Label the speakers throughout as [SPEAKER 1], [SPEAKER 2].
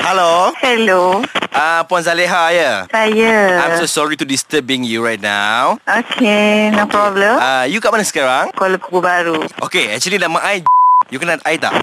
[SPEAKER 1] Hello.
[SPEAKER 2] Hello,
[SPEAKER 1] Ah, uh, Puan Zaleha ya.
[SPEAKER 2] saya.
[SPEAKER 1] I'm so sorry to disturbing you right now.
[SPEAKER 2] Okay, no problem.
[SPEAKER 1] Ah, uh, you kat mana sekarang?
[SPEAKER 2] Kuala Kubu Baru.
[SPEAKER 1] Okay, actually nama I You kenal I tak?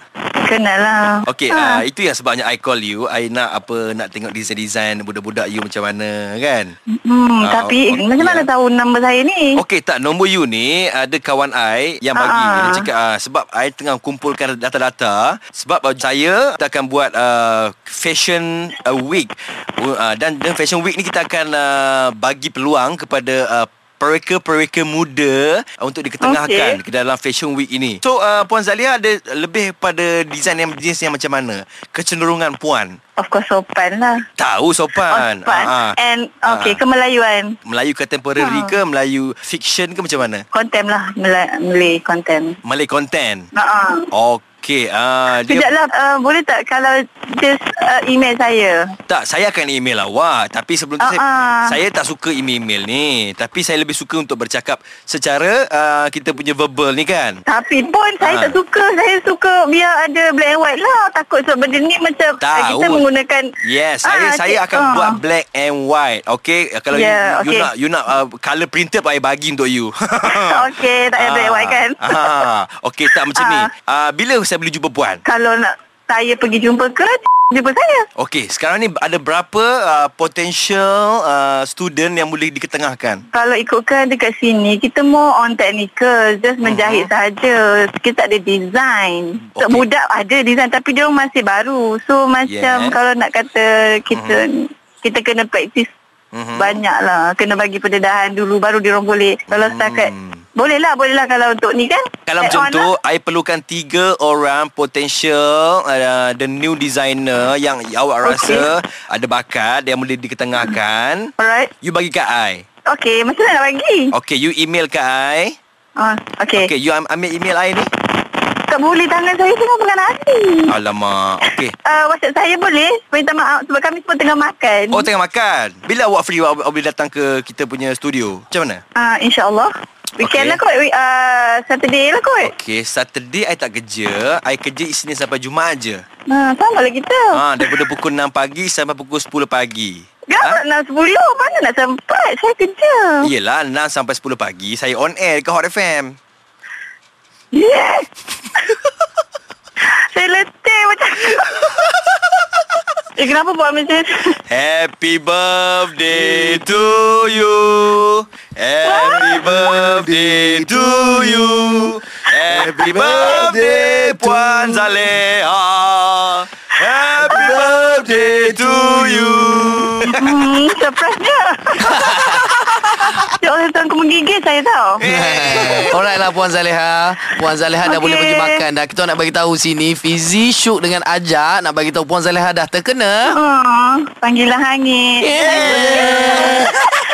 [SPEAKER 2] Kenal lah.
[SPEAKER 1] Okay, ah.
[SPEAKER 2] Ha.
[SPEAKER 1] itu yang sebabnya I call you. I nak apa, nak tengok design-design budak-budak you macam mana, kan?
[SPEAKER 2] Hmm,
[SPEAKER 1] Ah,
[SPEAKER 2] tapi
[SPEAKER 1] ok,
[SPEAKER 2] macam mana
[SPEAKER 1] ya.
[SPEAKER 2] tahu nombor saya ni?
[SPEAKER 1] Okey tak nombor you ni ada kawan I yang bagi
[SPEAKER 2] Eh. Ah.
[SPEAKER 1] dia cakap uh, sebab I tengah kumpulkan data-data sebab uh, saya kita akan buat uh, fashion uh, week uh, dan dan fashion week ni kita akan uh, bagi peluang kepada uh, Pereka-pereka muda uh, Untuk diketengahkan okay. Ke dalam Fashion Week ini So uh, Puan Zalia ada Lebih pada Desain yang jenis yang macam mana Kecenderungan Puan
[SPEAKER 2] Of course, sopan lah.
[SPEAKER 1] Tahu sopan
[SPEAKER 2] Sopan.
[SPEAKER 1] Ah, ah.
[SPEAKER 2] And,
[SPEAKER 1] Ah.
[SPEAKER 2] okay, kemelayuan.
[SPEAKER 1] Melayu contemporary
[SPEAKER 2] Ah.
[SPEAKER 1] ke Melayu fiction ke macam mana
[SPEAKER 2] Contem lah, Mela- Malay contem.
[SPEAKER 1] Malay content
[SPEAKER 2] Ha
[SPEAKER 1] Okey, ah dia
[SPEAKER 2] Sekejap lah, uh, boleh tak kalau just uh, email saya?
[SPEAKER 1] tak saya akan email awak tapi sebelum tu
[SPEAKER 2] Ah,
[SPEAKER 1] saya,
[SPEAKER 2] ah.
[SPEAKER 1] saya tak suka email-email ni tapi saya lebih suka untuk bercakap secara uh, kita punya verbal ni kan.
[SPEAKER 2] Tapi pun saya
[SPEAKER 1] Ah.
[SPEAKER 2] tak suka. Saya suka biar ada black and white lah. Takut sebab benda ni macam
[SPEAKER 1] Tahu.
[SPEAKER 2] eh, kita menggunakan...
[SPEAKER 1] Yes, saya
[SPEAKER 2] Ah,
[SPEAKER 1] saya
[SPEAKER 2] cik-
[SPEAKER 1] akan
[SPEAKER 2] ah.
[SPEAKER 1] buat black and white. Okey, Ah, kalau
[SPEAKER 2] Yeah,
[SPEAKER 1] you, you,
[SPEAKER 2] okey.
[SPEAKER 1] nak you nak uh, color printed I bagi untuk you.
[SPEAKER 2] Okey, Oh, tak payah black and white kan?
[SPEAKER 1] Ah, okey tak macam ni. Ah,
[SPEAKER 2] Ah.
[SPEAKER 1] bila saya boleh jumpa puan?
[SPEAKER 2] Kalau nak saya pergi jumpa ke, jumpa saya.
[SPEAKER 1] Okey, sekarang ni ada berapa uh, potential uh, student yang boleh diketengahkan?
[SPEAKER 2] Kalau ikutkan dekat sini, kita more on technical. Just menjahit sahaja. Kita tak ada
[SPEAKER 1] Mhm.
[SPEAKER 2] design.
[SPEAKER 1] Mm, Okey.
[SPEAKER 2] Okay. Budak ada design tapi dia orang masih baru. So, macam
[SPEAKER 1] Yes.
[SPEAKER 2] kalau nak kata kita... Kita kena praktis
[SPEAKER 1] Mhm.
[SPEAKER 2] Banyak lah Kena bagi pendedahan dulu Baru dia orang boleh Kalau setakat Boleh lah Boleh lah kalau untuk ni kan
[SPEAKER 1] Mm. Kalau
[SPEAKER 2] Add
[SPEAKER 1] macam
[SPEAKER 2] on
[SPEAKER 1] tu,
[SPEAKER 2] lah.
[SPEAKER 1] I perlukan tiga orang potential uh, the new designer yang awak
[SPEAKER 2] Okey.
[SPEAKER 1] rasa ada bakat yang boleh diketengahkan.
[SPEAKER 2] Alright
[SPEAKER 1] You bagi kat I.
[SPEAKER 2] Okay Macam mana nak bagi
[SPEAKER 1] Okay, you email kat I.
[SPEAKER 2] ah,
[SPEAKER 1] Oh.
[SPEAKER 2] okay.
[SPEAKER 1] Okay, you am- ambil email I ni.
[SPEAKER 2] Tak boleh tangan saya Tengah pegang nasi
[SPEAKER 1] Alamak, okay.
[SPEAKER 2] uh, WhatsApp saya boleh Minta maaf Sebab kami semua tengah makan
[SPEAKER 1] Oh, tengah makan. Bila awak free, awak, awak boleh datang ke kita punya studio. Macam mana?
[SPEAKER 2] uh, InsyaAllah
[SPEAKER 1] Okey.
[SPEAKER 2] Weekend lah kot We- uh, Saturday lah kot
[SPEAKER 1] Okay, Saturday I tak kerja. I kerja Isnin sampai Jumaat je.
[SPEAKER 2] uh, Sama lah kita
[SPEAKER 1] Ha, daripada pukul 6 pagi sampai pukul 10 pagi.
[SPEAKER 2] Gawat nak sepuluh Mana nak sempat Saya kerja
[SPEAKER 1] Yelah, 6 sampai 10 pagi saya on air ke Hot FM.
[SPEAKER 2] Yes Saya letih macam tu. Eh kenapa buat macam tu?
[SPEAKER 1] Happy birthday to you. Happy birthday to you. Happy birthday Puan Zaleha. Happy birthday to you.
[SPEAKER 2] Hmm, surprise dia Ya Allah Tuhan aku menggigil saya tau
[SPEAKER 1] Eh.
[SPEAKER 3] Alright lah Puan Zaleha Puan Zaleha
[SPEAKER 2] Okey.
[SPEAKER 3] dah boleh pergi makan dah Kita nak bagi tahu sini Fizi Syuk dengan Ajak
[SPEAKER 2] Ah,
[SPEAKER 3] Nak
[SPEAKER 2] lah
[SPEAKER 3] bagi tahu Puan Zaleha dah terkena
[SPEAKER 2] Oh, panggilan hangit.
[SPEAKER 1] Eh.
[SPEAKER 3] Yeah.